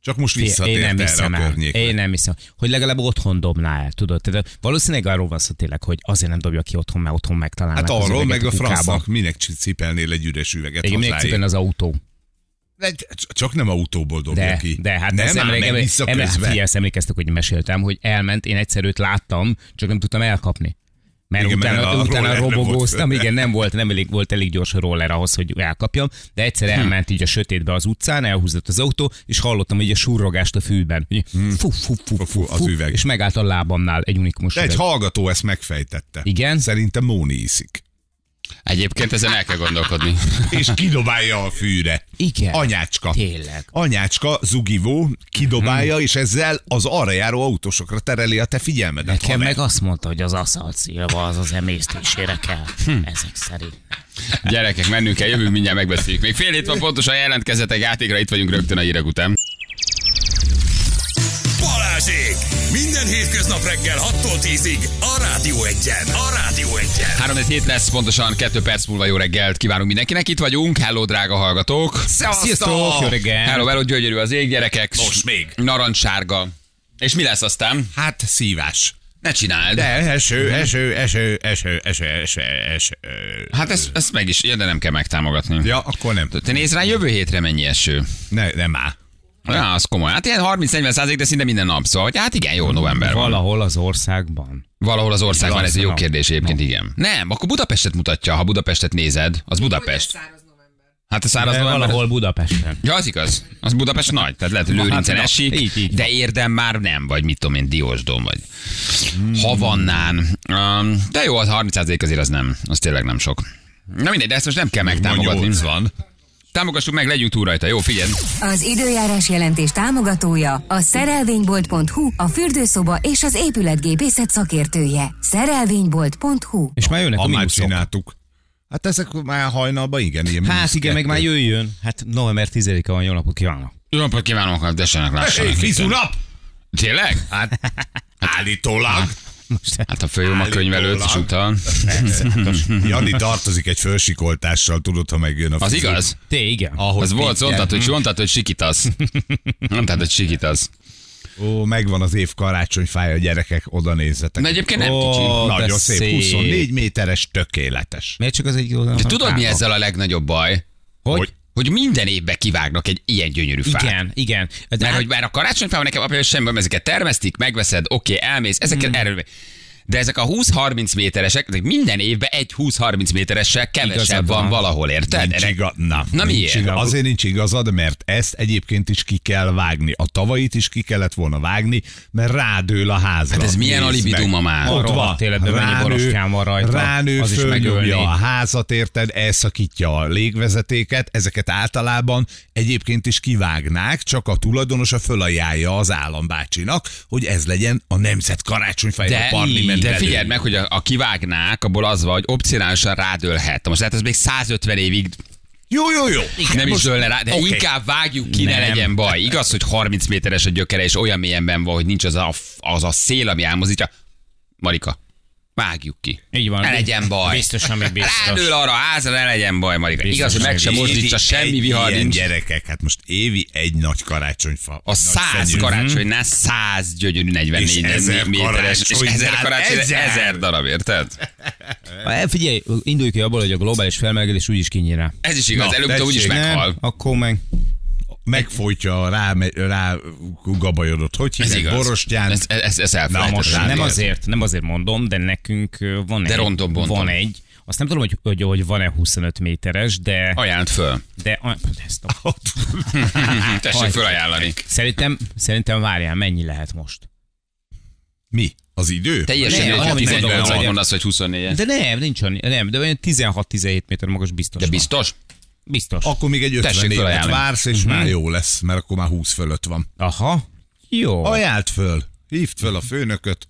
Speaker 3: Csak most
Speaker 4: Figyelj,
Speaker 3: visszatért
Speaker 4: Én nem
Speaker 3: erre
Speaker 4: hiszem
Speaker 3: a
Speaker 4: el.
Speaker 3: környékre.
Speaker 4: Én nem hiszem. Hogy legalább otthon dobná el, tudod? Tehát valószínűleg arról van szó tényleg, hogy azért nem dobja ki otthon, mert otthon megtalálnak.
Speaker 3: Hát
Speaker 4: az
Speaker 3: arról
Speaker 4: üveget
Speaker 3: meg a
Speaker 4: kukába.
Speaker 3: francnak minek csi- cipelnél egy üres üveget
Speaker 4: Igen, még
Speaker 3: hozzáig.
Speaker 4: cipőn az autó.
Speaker 3: De c- Csak nem autóból dobja
Speaker 4: De,
Speaker 3: ki.
Speaker 4: de hát
Speaker 3: nem,
Speaker 4: az
Speaker 3: ám, meg vissza közben.
Speaker 4: figyelj, ezt emlékeztek, hogy meséltem, hogy elment, én egyszer őt láttam, csak nem tudtam elkapni. Mert
Speaker 3: Igen,
Speaker 4: igen, utána,
Speaker 3: mert a
Speaker 4: mert utána
Speaker 3: roller nem volt
Speaker 4: robogóztam,
Speaker 3: föl.
Speaker 4: igen, nem volt, nem elég, volt elég gyors a roller ahhoz, hogy elkapjam, de egyszer
Speaker 3: Hm.
Speaker 4: elment így a sötétbe az utcán, elhúzott az autó, és hallottam így a surrogást a fűben. Így Fú, fú, fú,
Speaker 3: Hm. Fú, az üveg.
Speaker 4: És megállt a lábamnál egy unikumos
Speaker 3: De egy
Speaker 4: üveg.
Speaker 3: hallgató ezt megfejtette.
Speaker 4: Igen?
Speaker 3: Szerintem Móni iszik.
Speaker 2: Egyébként ezen el kell gondolkodni. (laughs)
Speaker 3: És kidobálja a fűre.
Speaker 4: (laughs) Igen.
Speaker 3: Anyácska.
Speaker 4: Tényleg.
Speaker 3: Anyácska, zugivó, kidobálja, és ezzel az arra járó autósokra tereli a te figyelmedet.
Speaker 4: Nekem
Speaker 3: haver.
Speaker 4: meg azt mondta, hogy az aszalt szilva az az emésztésére kell.
Speaker 3: Hm.
Speaker 4: Ezek szerint.
Speaker 2: Gyerekek, mennünk kell, jövünk, mindjárt megbeszéljük. Még fél hét van pontosan, jelentkezzetek játékra, itt vagyunk rögtön a hírek után.
Speaker 1: Balázsék! Hétköznap reggel 6-tól 10-ig a Rádió Egyen. A Rádió Egyen.
Speaker 2: 3 4 7 lesz, pontosan 2 perc múlva jó reggelt kívánunk mindenkinek. Itt vagyunk, hello drága hallgatók.
Speaker 4: Sziasztok, jó reggel.
Speaker 2: Hello, hello, gyönyörű az ég, gyerekek.
Speaker 3: Most még.
Speaker 2: Narancssárga. És mi lesz aztán?
Speaker 3: Hát szívás. Mhm.
Speaker 2: Ne csináld.
Speaker 3: De eső, eső, eső, eső, eső, eső, eső.
Speaker 2: Hát ezt, ezt meg is, ja, de nem kell megtámogatni.
Speaker 3: Ja, akkor nem.
Speaker 2: Te nézd rá, jövő hétre mennyi eső.
Speaker 3: Ne, nem áll.
Speaker 2: Ja, az komoly. Hát ilyen 30-40 százalék, de szinte minden nap. Szóval, hogy hát igen, jó november van.
Speaker 4: Valahol az országban.
Speaker 2: Valahol az országban,
Speaker 4: Igaz,
Speaker 2: ez egy jó
Speaker 4: na.
Speaker 2: kérdés egyébként, igen. Nem, akkor Budapestet mutatja, ha Budapestet nézed, az Budapest.
Speaker 5: Száraz november.
Speaker 2: Hát a száraz
Speaker 4: De
Speaker 2: november-
Speaker 4: valahol Budapesten.
Speaker 2: Ja, az igaz. Az Budapest nagy, tehát lehet, hogy
Speaker 3: hát
Speaker 2: Lőrincen
Speaker 4: na,
Speaker 2: esik,
Speaker 4: így, így.
Speaker 2: de érdem már nem, vagy mit tudom én, Diósdon, vagy Havannán. Um, De jó, az 30 azért az nem, az tényleg nem sok. Na mindegy, de ezt most nem kell megtámogatni.
Speaker 3: nyolc van.
Speaker 2: Támogassuk meg, legyünk túl rajta, jó, figyelj.
Speaker 7: Az időjárás jelentés támogatója a szerelvénybolt.hu, a fürdőszoba és az épületgépészet szakértője. Szerelvénybolt.hu
Speaker 4: És már jönnek
Speaker 3: Ha
Speaker 4: a
Speaker 3: már
Speaker 4: mínuszok.
Speaker 3: csináltuk. Hát ezek már hajnalban, igen. Ilyen
Speaker 4: Hát
Speaker 3: mínusz
Speaker 4: igen, meg
Speaker 3: kettő.
Speaker 4: már jöjjön. Hát november 10-e van, jó napot kívánok.
Speaker 2: Jó napot kívánok, hát desenek
Speaker 3: Hey,
Speaker 2: lássanak.
Speaker 3: fizu
Speaker 2: itt.
Speaker 3: nap!
Speaker 2: Tényleg?
Speaker 3: Hát állítólag.
Speaker 2: Hát a följöm a
Speaker 3: Állítólag.
Speaker 2: könyvelőt és utal.
Speaker 3: hát
Speaker 2: (laughs)
Speaker 3: Jani tartozik egy fölsikoltással, tudod, ha megjön a
Speaker 2: Az
Speaker 3: fizu.
Speaker 2: igaz?
Speaker 4: Té, igen.
Speaker 3: Ahogy
Speaker 2: Az volt,
Speaker 3: pittyen.
Speaker 2: mondtad, hogy, mondtad, hogy
Speaker 3: (laughs)
Speaker 2: sikítasz. Mondtad, hogy sikítasz.
Speaker 3: Ó, megvan az év karácsonyfája, gyerekek, oda nézzetek.
Speaker 2: Na egyébként nem
Speaker 4: Ó,
Speaker 2: kicsi.
Speaker 4: de
Speaker 3: Nagyon szép,
Speaker 4: szép.
Speaker 3: 24 méteres, tökéletes.
Speaker 4: Miért csak az egyik oldalon?
Speaker 2: De
Speaker 3: Hát,
Speaker 4: van
Speaker 2: tudod, mi
Speaker 4: fába?
Speaker 2: ezzel a legnagyobb baj?
Speaker 4: Hogy?
Speaker 2: Hogy minden évben kivágnak egy ilyen gyönyörű fát.
Speaker 4: Igen, igen. De
Speaker 2: Mert
Speaker 4: hát,
Speaker 2: hogy már a karácsonyfában nekem apja semmi, bajom, ezeket termesztik, megveszed, oké, elmész, ezeket mm.
Speaker 4: Hmm.
Speaker 2: erről. De ezek a 20-30 méteresek, ezek minden évben egy 20-30 méteressel kevesebb
Speaker 4: Igazad
Speaker 2: van
Speaker 4: van.
Speaker 2: valahol, érted?
Speaker 3: Nincs
Speaker 2: Erre-
Speaker 3: iga... Na,
Speaker 2: Na
Speaker 3: nincs
Speaker 2: miért?
Speaker 3: Iga... Azért nincs igazad, mert ezt egyébként is ki kell vágni. A tavait is ki kellett volna vágni, mert rádől a házra.
Speaker 2: Hát ez milyen
Speaker 3: Nézd
Speaker 2: alibi
Speaker 3: meg.
Speaker 2: duma már?
Speaker 4: A
Speaker 3: Ott van.
Speaker 4: rohadt életben mennyi borostyán van rajta.
Speaker 3: Ránő,
Speaker 4: Az is megölni.
Speaker 3: fölnyomja a házat, érted? Elszakítja a légvezetéket. Ezeket általában egyébként is kivágnák, csak a tulajdonosa fölajánlja az állambácsinak, hogy ez legyen a nemzet karácsonyfája a
Speaker 2: de,
Speaker 3: parlament
Speaker 2: de
Speaker 3: előtt.
Speaker 2: figyeld meg, hogy a, a kivágnák, abból az vagy, opcionálisan rádölhet. Most lehet, ez még 150 évig
Speaker 3: Jó, jó, Hát jó.
Speaker 2: Igen, nem is dőlne rá, de
Speaker 3: oké.
Speaker 2: okay. inkább vágjuk ki, ne
Speaker 4: Nem.
Speaker 2: legyen baj. Igaz, hogy 30 méteres a gyökere, és olyan mélyenben van, hogy nincs az a, az a szél, ami elmozdítja. Marika, vágjuk ki.
Speaker 4: Így van.
Speaker 2: Ne legyen baj.
Speaker 4: Biztos, ami biztos.
Speaker 2: Rádől arra a házra, ne legyen baj, Marika.
Speaker 4: Biztos,
Speaker 2: Igaz, hogy meg
Speaker 4: ami
Speaker 2: sem
Speaker 4: biztos.
Speaker 2: mozdítsa, semmi
Speaker 3: egy
Speaker 2: vihar
Speaker 3: ilyen
Speaker 2: nincs.
Speaker 3: gyerekek, hát most évi egy nagy Mhm. karácsonyfa.
Speaker 2: A száz karácsonynál száz gyönyörű 44
Speaker 3: És ezer
Speaker 2: méteres, és
Speaker 3: karácsonynál
Speaker 2: ezer karácsony,
Speaker 3: ezer.
Speaker 2: ezer darab, érted?
Speaker 4: Hát, Figyelj, induljunk ki abból, hogy a globális felmelegedés úgyis kinyírá.
Speaker 2: Ez is igaz,
Speaker 3: Na,
Speaker 2: előbb-utóbb úgyis
Speaker 3: tessék.
Speaker 2: meghal.
Speaker 4: Akkor meg.
Speaker 3: Megfojtja a rá, rá gabajodott, hogy
Speaker 2: Ez
Speaker 3: hívják,
Speaker 2: igaz.
Speaker 3: borostyán.
Speaker 2: Ez, ez, ez elfelejtettem.
Speaker 4: Nem
Speaker 3: Miért?
Speaker 4: azért, nem azért mondom, de nekünk ö, van
Speaker 2: De
Speaker 4: egy.
Speaker 2: rontom, bontom.
Speaker 4: Van egy. Azt nem tudom, hogy, hogy, hogy van-e 25 méteres, de...
Speaker 2: Ajánlt föl.
Speaker 4: de a, ezt a,
Speaker 2: (laughs) Tessék
Speaker 4: Hát, Hajt.
Speaker 2: fölajánlani.
Speaker 4: szerintem, szerintem várjál, mennyi lehet most?
Speaker 3: Mi? Az idő?
Speaker 2: Teljesen
Speaker 4: Ne,
Speaker 2: mindegy, hogy
Speaker 4: amit
Speaker 2: 18
Speaker 4: mondom,
Speaker 2: at
Speaker 4: hogy-
Speaker 2: mondasz, hogy 24
Speaker 4: De nem, nincs annyi, nem, de olyan 16-17 méter magas biztos
Speaker 2: De
Speaker 4: van.
Speaker 2: biztos?
Speaker 4: Biztos.
Speaker 3: Akkor még egy 50
Speaker 2: Tessék Mhm.
Speaker 3: évet
Speaker 2: felajánlani.
Speaker 3: vársz, és már jó lesz, mert akkor már 20 fölött van.
Speaker 4: Aha. Jó.
Speaker 3: Ajánlt föl, hívd föl a főnököt,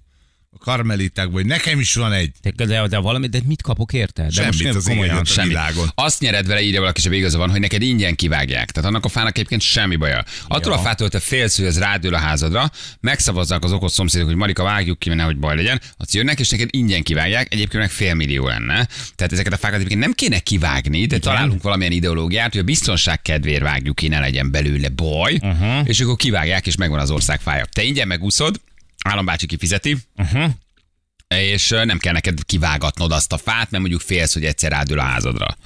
Speaker 3: a karmeliták, vagy nekem is van egy.
Speaker 4: De, de, de valami, de mit kapok érte? De
Speaker 3: Semmit
Speaker 4: nem
Speaker 3: az égen, a
Speaker 2: Semmi.
Speaker 3: világon.
Speaker 2: Azt nyered vele, írja valaki, és igaza van, hogy neked ingyen kivágják. Tehát annak a fának egyébként semmi baja. Attól a fától te félsz, hogy ez rádül a házadra, megszavazzák az okos szomszédok, hogy Marika vágjuk ki, mert nehogy baj legyen. Azt jönnek, és neked ingyen kivágják, egyébként meg félmillió lenne. Tehát ezeket a fákat egyébként nem kéne kivágni, de találunk valamilyen ideológiát, hogy a biztonság kedvéért vágjuk ki, ne legyen belőle baj, uh-huh. és akkor kivágják, és megvan az ország fája. Te ingyen megúszod, állambácsi kifizeti, és ö, nem kell neked kivágatnod azt a fát, mert mondjuk félsz, hogy egyszer rádül a házadra.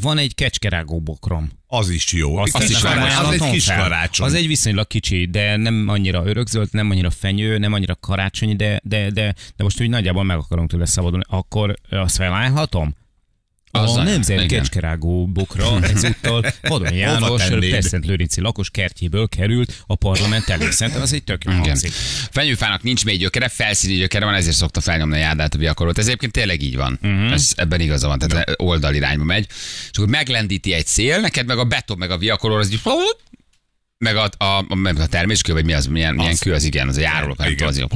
Speaker 4: Van egy kecskerágó bokrom.
Speaker 3: Az is jó.
Speaker 2: azt is
Speaker 3: az,
Speaker 2: vágom.
Speaker 3: az egy
Speaker 4: ajánlatom
Speaker 3: kis
Speaker 4: fel.
Speaker 3: karácsony.
Speaker 4: Az egy viszonylag kicsi, de nem annyira örökzöld, nem annyira fenyő, nem annyira karácsonyi, de, de, de, de most úgy nagyjából meg akarunk tőle szabadulni. Akkor azt felajánlhatom?
Speaker 2: Azzal-
Speaker 4: A Nemzeti
Speaker 2: igen.
Speaker 4: Kecskerágó bokra ezúttal Vadon János
Speaker 3: tennéd?
Speaker 4: Teszent Lőrinci lakos kertjéből került a parlament elé. Szerintem ez egy tök jó
Speaker 2: Igen.
Speaker 4: hangzik.
Speaker 2: Fenyőfának nincs mély gyökere, felszíni gyökere van, ezért szokta felnyomni a jádát a viakarot. Ez egyébként tényleg így van. Uh-huh. Ez, ebben igaza van, tehát oldalirányba megy. És akkor meglendíti egy szél, neked meg a beton, meg a viakoror, az így meg a, a, a, meg a terméskő, vagy mi az, milyen, milyen kő az, igen, az a járulok, nem tudom, az így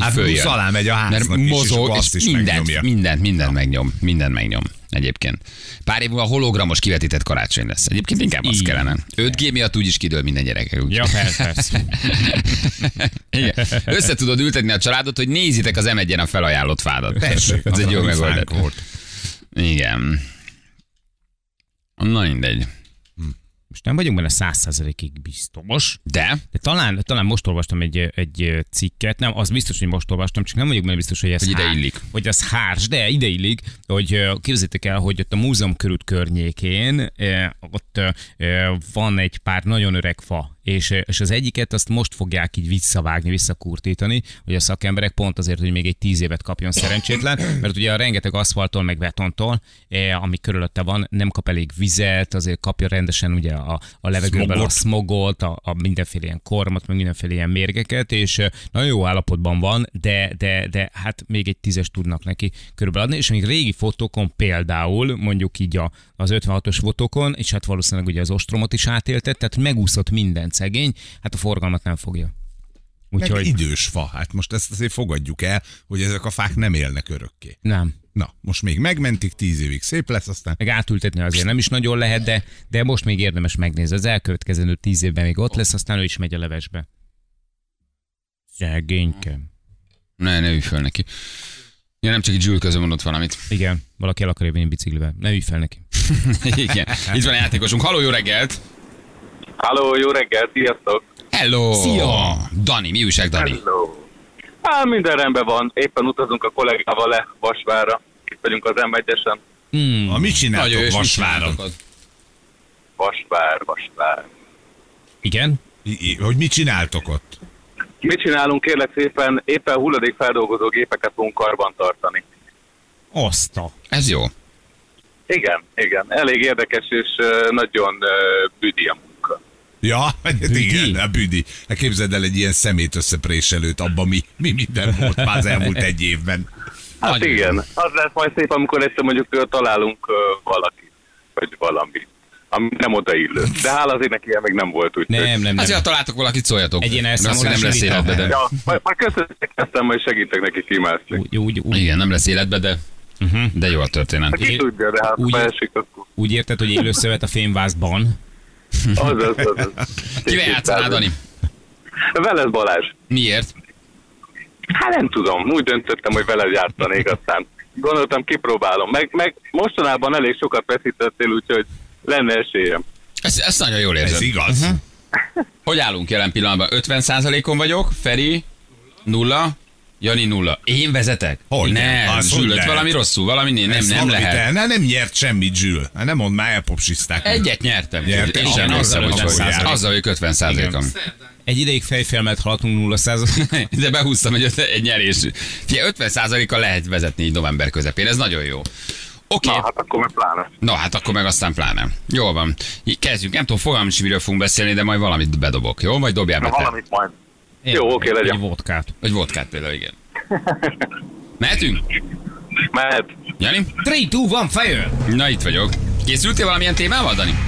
Speaker 3: Hát
Speaker 2: följön.
Speaker 3: plusz alá megy a háznak
Speaker 2: Mert
Speaker 3: is, és
Speaker 2: mozog,
Speaker 3: akkor
Speaker 2: és,
Speaker 3: azt is
Speaker 2: mindent,
Speaker 3: megnyomja.
Speaker 2: mindent, mindent megnyom, mindent megnyom. Egyébként. Pár év múlva hologramos kivetített karácsony lesz. Egyébként inkább az
Speaker 4: Így.
Speaker 2: kellene. 5G miatt úgyis kidől minden gyerek.
Speaker 4: Ja, persze, persze.
Speaker 2: (laughs) Igen. Össze tudod ültetni a családot, hogy nézitek az m a felajánlott fádat.
Speaker 3: Tessék,
Speaker 2: ez
Speaker 3: az
Speaker 2: egy jó
Speaker 3: a mi fánk
Speaker 2: megoldás.
Speaker 3: volt.
Speaker 2: Igen. Na mindegy.
Speaker 4: Most nem vagyunk benne száz százalékig biztos,
Speaker 2: De?
Speaker 4: de talán, talán most olvastam egy, egy cikket, nem, az biztos, hogy most olvastam, csak nem vagyok benne biztos, hogy ez
Speaker 2: Hogy ide
Speaker 4: hár-
Speaker 2: illik.
Speaker 4: Hogy az hárs, de ide illik, hogy ö, képzeljétek el, hogy ott a múzeum körút környékén ö, ott ö, van egy pár nagyon öreg fa, és, ö, és az egyiket azt most fogják így visszavágni, visszakurtítani, hogy a szakemberek pont azért, hogy még egy tíz évet kapjon szerencsétlen, mert ugye a rengeteg aszfaltól, meg betontól, ö, ami körülötte van, nem kap elég vizet, azért kapja rendesen ugye a, a levegőből a
Speaker 3: Smogot.
Speaker 4: smogot, a, a mindenféle ilyen kormat, meg mindenféle ilyen mérgeket, és ö, nagyon jó állapotban van, de, de, de hát még egy tízes tudnak neki körülbelül adni, és még régi fotókon például, mondjuk így a, az 56-os fotókon, és hát valószínűleg ugye az ostromot is átéltett, tehát megúszott minden szegény, hát a forgalmat nem fogja.
Speaker 3: Meg
Speaker 4: Úgyhogy
Speaker 3: idős fa. Hát most ezt azért fogadjuk el, hogy ezek a fák nem élnek örökké.
Speaker 4: nem.
Speaker 3: Na, most még megmentik, tíz évig szép lesz, aztán
Speaker 4: Meg átültetni azért nem is nagyon lehet, de, de most még érdemes megnézni. Az elkövetkezendő tíz évben még ott lesz, aztán ő is megy a levesbe. Szegénykem.
Speaker 2: Ne, ne ülj föl neki. Ja, nem csak egy Jules közben mondott valamit. (laughs)
Speaker 4: Igen, valaki el akarja vinni biciklivel. Ne ülj fel neki.
Speaker 2: Igen. Itt van a játékosunk. Halló, jó reggelt!
Speaker 8: Halló, jó reggel, sziasztok!
Speaker 2: Hello!
Speaker 4: Szia!
Speaker 2: Dani, mi újság, Dani?
Speaker 8: Hello! Á, minden rendben van. Éppen utazunk a kollégával le Vasvára. Itt vagyunk az m 1
Speaker 4: Mm.
Speaker 3: A mit
Speaker 2: Hmm. jó,
Speaker 3: csináltok
Speaker 2: és mit
Speaker 3: Vasváron?
Speaker 2: csináltok ott?
Speaker 8: Vasvár, Vasvár.
Speaker 4: Igen?
Speaker 3: I- i- Hogy mit csináltok ott?
Speaker 8: Mit csinálunk kérlek szépen? Éppen hulladékfeldolgozó gépeket fogunk karban tartani.
Speaker 4: Azt a.
Speaker 2: Ez jó.
Speaker 8: Igen, igen. Elég érdekes és ö, nagyon ö, büdi a munka.
Speaker 3: Ja, (laughs) hát
Speaker 4: Büdi?
Speaker 3: igen, a büdi. Hát képzeld el egy ilyen szemét összepréselőt, abban mi, mi minden volt már az elmúlt egy évben.
Speaker 8: Hát
Speaker 2: Nagyon
Speaker 8: igen,
Speaker 2: jó.
Speaker 8: az lesz majd szép, amikor egyszer mondjuk ö, találunk ö, valakit, vagy valamit, ami nem odaillő. De hála az ének ilyen még nem volt, úgy.
Speaker 4: Nem, nem, nem.
Speaker 2: Azért, ha találtok valakit, szóljatok.
Speaker 4: Egy ilyen
Speaker 2: Mert azt
Speaker 4: elszámolási
Speaker 2: nem lesz
Speaker 4: vita.
Speaker 2: életbe, de...
Speaker 8: Ja, majd, majd köszönjük, aztán majd segítek neki kimászni.
Speaker 4: Úgy, úgy, úgy,
Speaker 2: Igen, nem lesz életbe, de... De jó a történet.
Speaker 8: Ki tudja, de hát
Speaker 4: Úgy-
Speaker 8: úgy... beesik, akkor
Speaker 4: úgy érted, hogy élőszövet a fémvázban.
Speaker 8: az az az. az.
Speaker 2: (laughs) Kivel játszanál, Dani?
Speaker 8: Veled Balázs.
Speaker 2: Miért?
Speaker 8: Hát nem tudom, úgy döntöttem, hogy veled játszanék aztán. Gondoltam, kipróbálom. Meg, meg mostanában elég sokat veszítettél, úgyhogy lenne esélyem.
Speaker 2: Ezt, ezt nagyon jól
Speaker 3: Ez
Speaker 2: érzed.
Speaker 3: igaz?
Speaker 2: Hogy állunk jelen pillanatban? 50%-on vagyok, Feri nulla, Jani nulla. Én vezetek?
Speaker 3: Hogy nem?
Speaker 2: Nem,
Speaker 3: Azt hogy
Speaker 2: zsűlött,
Speaker 3: lehet.
Speaker 2: valami rosszul, valami nem, nem,
Speaker 3: Ezt
Speaker 2: nem
Speaker 3: valamit
Speaker 2: lehet.
Speaker 3: El, ne, nem nyert semmit, Jules. Hát nem mondd már, elpopsizták.
Speaker 2: Egyet nyertem.
Speaker 3: Nyertem.
Speaker 2: És sem
Speaker 3: Azzal
Speaker 2: azzal,
Speaker 3: vagy
Speaker 2: hogy vagy.
Speaker 3: 50%.
Speaker 2: Azzal vagyok 50 százalékom.
Speaker 4: Egy ideig fejfélmet haladtunk 0 százalék.
Speaker 2: (laughs) De behúztam egy, öt- egy nyerés. Fie, 50 százalékkal lehet vezetni így november közepén. Ez nagyon jó. Oké, okay.
Speaker 8: Na, hát akkor meg pláne.
Speaker 2: na hát akkor meg aztán pláne. Jól van. Így Kezdjünk. Nem tudom, fogalmam is, miről fogunk beszélni, de majd valamit bedobok, jó? Vagy dobjál be
Speaker 8: Na,
Speaker 2: te.
Speaker 8: valamit majd. Jó, oké, legyen.
Speaker 4: Egy vodkát.
Speaker 2: Vagy vodkát például, igen. Mehetünk?
Speaker 8: Mehet.
Speaker 2: Jani?
Speaker 4: 3, 2, 1, fire!
Speaker 2: Na itt vagyok. Készültél valamilyen témával, Dani?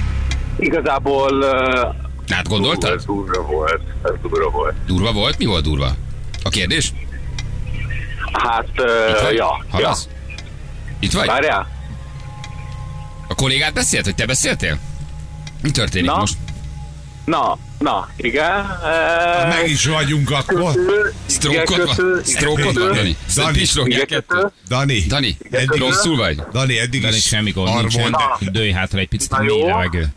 Speaker 8: Igazából... Uh,
Speaker 2: Hát gondoltad?
Speaker 8: Ez durva volt. Ez durva volt.
Speaker 2: Durva volt? Mi volt durva? A kérdés?
Speaker 8: Hát, uh, ja. ja.
Speaker 2: Hallasz? Itt vagy?
Speaker 8: Várjál?
Speaker 2: A kollégát beszélt, hogy te beszéltél? Mi történik
Speaker 8: Na?
Speaker 2: most?
Speaker 8: Na, na, igen. Uh,
Speaker 3: Meg is vagyunk akkor.
Speaker 2: Sztrókot van? Sztrókot van, Dani?
Speaker 3: Dani.
Speaker 2: Pislogja kettő.
Speaker 3: Dani,
Speaker 2: Dani,
Speaker 3: Eddig-
Speaker 2: rosszul vagy?
Speaker 3: Dani, eddig
Speaker 4: Dani,
Speaker 3: is (laughs)
Speaker 4: semmi gond
Speaker 3: arról
Speaker 4: nincsen.
Speaker 3: mondta-
Speaker 4: Dőj hátra egy picit,
Speaker 8: Na
Speaker 4: a mély
Speaker 8: jó.
Speaker 4: levegő.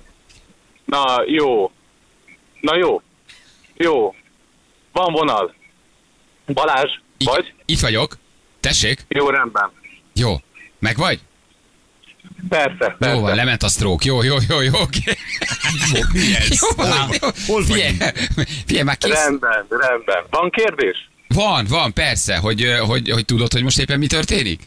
Speaker 8: Na, jó. Na, jó. Jó. Van vonal. Balázs,
Speaker 2: Itt-
Speaker 8: vagy?
Speaker 2: Itt vagyok. Tessék?
Speaker 8: Jó, rendben.
Speaker 2: Jó. Meg vagy?
Speaker 8: Persze,
Speaker 2: Jó van,
Speaker 8: persze.
Speaker 2: lement a sztrók. Jó, jó, jó, jó, oké. Jó van, jó. Figyelj, figyelj, már kész.
Speaker 8: Rendben, rendben. Van kérdés?
Speaker 2: Van, van, persze, hogy, ö, hogy, hogy tudod, hogy most éppen mi történik?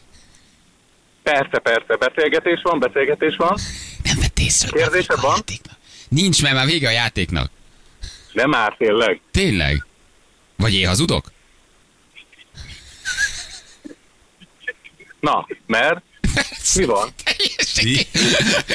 Speaker 8: Persze, persze. Beszélgetés van, beszélgetés van.
Speaker 2: Nem vett észre. hogy már
Speaker 8: Kérdésed
Speaker 2: vége a
Speaker 8: van?
Speaker 2: játéknak. Nincs, mert már vége a játéknak.
Speaker 8: De már tényleg.
Speaker 2: Tényleg? Vagy én hazudok?
Speaker 8: Na, mert mi van?
Speaker 2: (laughs) Teljes (laughs)
Speaker 1: Ki?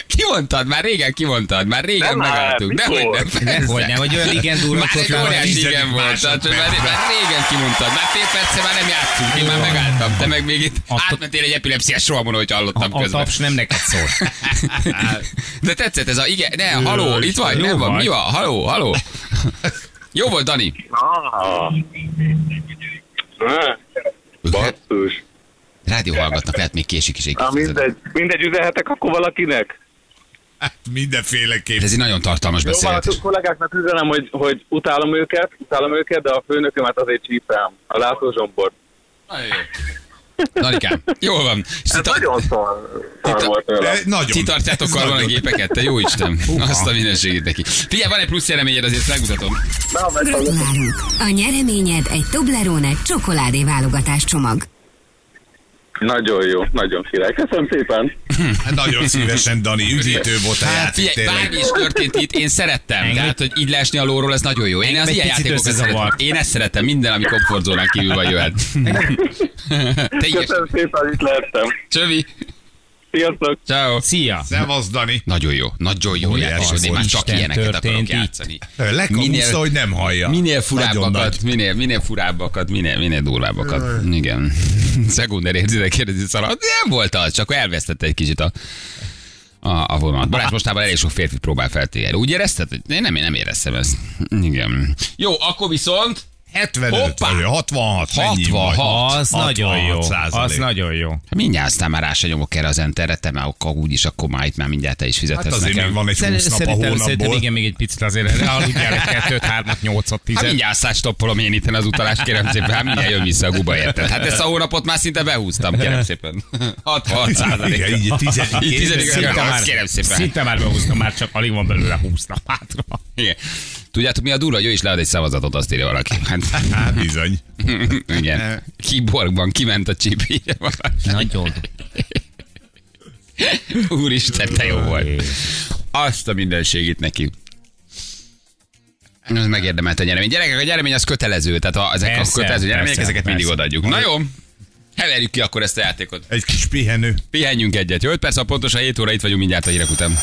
Speaker 1: Kimondtad, már régen kimondtad, már régen
Speaker 8: Nem
Speaker 1: megálltuk. Nem,
Speaker 8: már,
Speaker 1: hogy nem,
Speaker 8: mikor?
Speaker 1: persze.
Speaker 4: Hogy nem, hogy olyan igen durva
Speaker 1: Már egy
Speaker 4: kocsma-
Speaker 1: óriás
Speaker 4: Tizedik
Speaker 1: igen volt, tehát, már, már régen kimondtad, már fél perce már nem játszunk, én már megálltam, te meg még itt
Speaker 4: Attól-
Speaker 1: átmentél egy epilepsziás rohamon, hogy hallottam
Speaker 4: A, a
Speaker 1: közben.
Speaker 4: taps nem neked szól.
Speaker 1: De tetszett ez a, igen, ne, haló, itt vagy,
Speaker 4: Jó
Speaker 1: nem van,
Speaker 4: vagy.
Speaker 1: mi van, haló, haló. Jó volt, Dani.
Speaker 8: Ah. Ah, Basszus.
Speaker 1: Rádió hallgatnak, lehet még késik is egy
Speaker 8: Na
Speaker 1: kicsit.
Speaker 8: mindegy, mindegy, üzenhetek akkor valakinek.
Speaker 3: Mindenféleképp.
Speaker 1: De ez egy nagyon tartalmas
Speaker 8: Jó, van, a
Speaker 1: beszélgetés.
Speaker 8: kollégáknak üzenem, hogy, hogy utálom őket, utálom őket, de a főnökömet azért csípem, a László Zsombort.
Speaker 1: Danikám, jól van. És
Speaker 8: Ez
Speaker 1: ti tar-
Speaker 8: nagyon szar, szar
Speaker 1: Itt a-
Speaker 8: volt tőle.
Speaker 3: Eh, Nagyon.
Speaker 1: Ti tartjátok karban a gépeket, te jó Isten. Azt a minőségét neki. Figyelj, van egy plusz jeleményed, azért megmutatom.
Speaker 8: Na, mert
Speaker 7: Gratulálunk! A nyereményed egy Toblerone csokoládé válogatás csomag.
Speaker 8: Nagyon jó, nagyon király. Köszönöm szépen.
Speaker 3: Hát Nagyon szívesen, Dani,
Speaker 1: (laughs)
Speaker 3: üdítő volt a
Speaker 1: Hát
Speaker 3: játék,
Speaker 1: figyelj,
Speaker 3: tényleg.
Speaker 1: bármi is történt itt, én szerettem.
Speaker 4: Engem-
Speaker 1: Tehát, hogy így leesni a lóról, ez nagyon jó. Én az
Speaker 4: egy
Speaker 1: ilyen
Speaker 4: picit
Speaker 1: játékokat
Speaker 4: összezavar.
Speaker 1: szeretem. Én ezt szeretem, minden, ami komfortzónán kívül van jöhet. Te igyes.
Speaker 8: Köszönöm szépen, itt lehettem.
Speaker 1: Csövi.
Speaker 8: Sziasztok.
Speaker 1: Ciao.
Speaker 4: Szia!
Speaker 3: Szevasz, Dani. Eh,
Speaker 1: Nagyon jó, nagyon jó
Speaker 3: Óriási
Speaker 1: játék, hogy én
Speaker 3: volt.
Speaker 1: már csak
Speaker 4: Isten
Speaker 1: ilyeneket akarok
Speaker 4: történt itt.
Speaker 1: játszani.
Speaker 3: Lekamuszta, hogy nem hallja.
Speaker 1: Minél
Speaker 3: Nagyon
Speaker 1: furábbakat,
Speaker 3: nagy.
Speaker 1: minél, minél furábbakat, minél, minél durvábbakat. Igen. (laughs) Szekunder érzitek kérdezi szalad. Nem volt az, csak elvesztette egy kicsit a, a, a vonalat. Balázs mostában elég sok férfi próbál feltétlenül. Úgy érezted? hogy- Én nem, én nem éreztem ezt. Igen. Jó, akkor viszont
Speaker 3: 75
Speaker 1: Hoppá!
Speaker 3: vagy, 66, mennyi
Speaker 1: 66.
Speaker 3: vagy?
Speaker 4: Az nagyon jó.
Speaker 3: 66%.
Speaker 4: Az nagyon jó.
Speaker 1: ha Hát mindjárt aztán már rá se nyomok erre az enterre, te már akkor úgyis, akkor már itt már mindjárt te is fizethetsz
Speaker 3: Hát azért
Speaker 1: nekem.
Speaker 3: még van egy 20 nap a
Speaker 4: Szerintem, szerintem
Speaker 3: hónapból.
Speaker 4: igen, még egy picit azért erre aludjál egy kettőt, hármat, nyolcat,
Speaker 1: Hát
Speaker 4: tizet.
Speaker 1: mindjárt aztán stoppolom én itt az utalást, kérem szépen, hát mindjárt jön vissza a guba, érted? Hát ezt a hónapot már szinte behúztam, kérem (laughs) szépen. 66 százalék.
Speaker 3: (laughs) Igen, így a tizedik
Speaker 1: Így
Speaker 3: év.
Speaker 1: tizedik év,
Speaker 4: Szinte már,
Speaker 1: kérem szépen.
Speaker 4: szinte már behúztam, már csak alig van belőle húsztam hátra.
Speaker 1: Igen. Tudjátok, mi a durva, hogy ő is lead egy szavazatot, azt írja valaki. Hát,
Speaker 3: Hát bizony.
Speaker 1: (laughs) igen. Kiborgban kiment a csíp. írja valaki.
Speaker 4: Nagyon.
Speaker 1: (laughs) Úristen, te jó volt. Azt a mindenségét neki. Ez megérdemelt a nyeremény. Gyerekek, a nyeremény az kötelező, tehát a, ezek
Speaker 4: Persze,
Speaker 1: a kötelező nyeremények,
Speaker 4: persze,
Speaker 1: ezeket mindig
Speaker 4: persze.
Speaker 1: odaadjuk. Na jó, heverjük ki akkor ezt a játékot.
Speaker 3: Egy kis pihenő.
Speaker 1: Pihenjünk egyet. Jó, 5 perc, a pontosan 7 óra itt vagyunk mindjárt a hírek után.